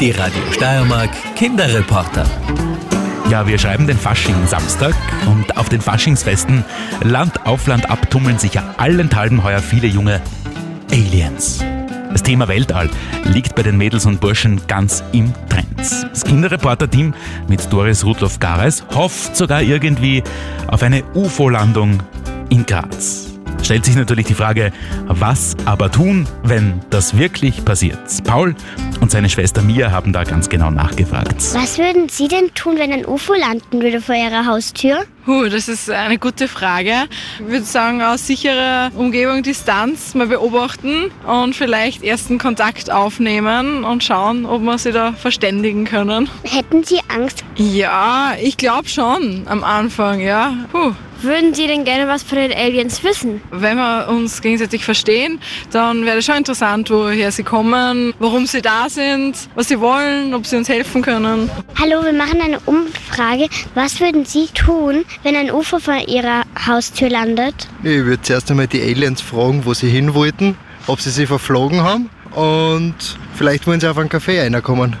Die Radio Steiermark Kinderreporter. Ja, wir schreiben den Fasching Samstag und auf den Faschingsfesten Land auf Land ab tummeln sich ja allenthalben heuer viele junge Aliens. Das Thema Weltall liegt bei den Mädels und Burschen ganz im Trend. Das Kinderreporter-Team mit Doris Rudloff-Gares hofft sogar irgendwie auf eine UFO-Landung in Graz. Stellt sich natürlich die Frage, was aber tun, wenn das wirklich passiert? Paul und seine Schwester Mia haben da ganz genau nachgefragt. Was würden Sie denn tun, wenn ein UFO landen würde vor Ihrer Haustür? Puh, das ist eine gute Frage. Ich würde sagen, aus sicherer Umgebung Distanz mal beobachten und vielleicht ersten Kontakt aufnehmen und schauen, ob wir sie da verständigen können. Hätten Sie Angst? Ja, ich glaube schon am Anfang, ja. Puh. Würden Sie denn gerne was von den Aliens wissen? Wenn wir uns gegenseitig verstehen, dann wäre es schon interessant, woher sie kommen, warum sie da sind, was sie wollen, ob sie uns helfen können. Hallo, wir machen eine Umfrage. Was würden Sie tun, wenn ein UFO vor Ihrer Haustür landet? Ich würde zuerst einmal die Aliens fragen, wo sie hin wollten, ob sie sie verflogen haben und vielleicht wollen sie auf einen Kaffee reinkommen.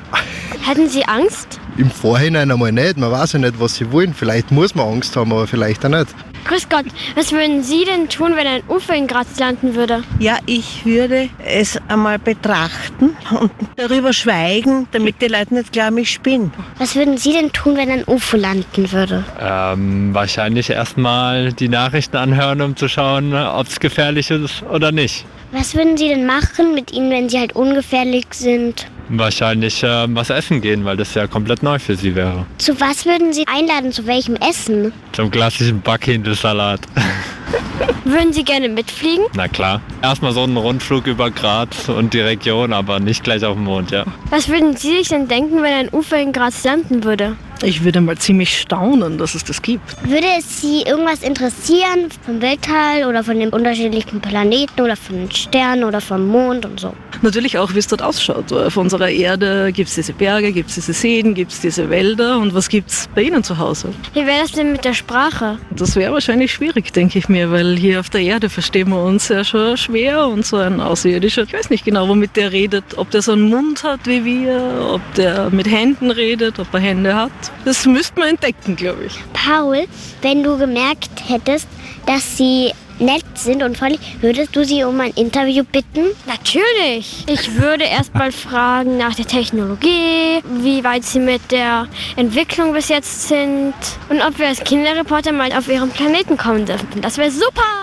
Hätten Sie Angst? Im Vorhinein einmal nicht, man weiß ja nicht, was sie wollen. Vielleicht muss man Angst haben, aber vielleicht auch nicht. Grüß Gott, was würden Sie denn tun, wenn ein UFO in Graz landen würde? Ja, ich würde es einmal betrachten und darüber schweigen, damit die Leute nicht glauben, ich spinne. Was würden Sie denn tun, wenn ein UFO landen würde? Ähm, wahrscheinlich erstmal die Nachrichten anhören, um zu schauen, ob es gefährlich ist oder nicht. Was würden Sie denn machen mit Ihnen, wenn Sie halt ungefährlich sind? Wahrscheinlich ähm, was essen gehen, weil das ja komplett neu für sie wäre. Zu was würden Sie einladen? Zu welchem Essen? Zum klassischen Backhändelsalat. Würden Sie gerne mitfliegen? Na klar. Erstmal so einen Rundflug über Graz und die Region, aber nicht gleich auf den Mond, ja. Was würden Sie sich denn denken, wenn ein UFO in Graz landen würde? Ich würde mal ziemlich staunen, dass es das gibt. Würde es Sie irgendwas interessieren vom Weltall oder von den unterschiedlichen Planeten oder von den Sternen oder vom Mond und so? Natürlich auch, wie es dort ausschaut. Auf unserer Erde gibt es diese Berge, gibt es diese Seen, gibt es diese Wälder und was gibt es bei Ihnen zu Hause? Wie wäre das denn mit der Sprache? Das wäre wahrscheinlich schwierig, denke ich mir, weil hier auf der Erde verstehen wir uns ja schon schwer und so ein Außerirdischer, ich weiß nicht genau, womit der redet, ob der so einen Mund hat wie wir, ob der mit Händen redet, ob er Hände hat. Das müsste man entdecken, glaube ich. Paul, wenn du gemerkt hättest, dass Sie nett sind und freundlich, würdest du sie um ein Interview bitten? Natürlich. Ich würde erstmal fragen nach der Technologie, wie weit sie mit der Entwicklung bis jetzt sind und ob wir als Kinderreporter mal auf ihren Planeten kommen dürfen. Das wäre super.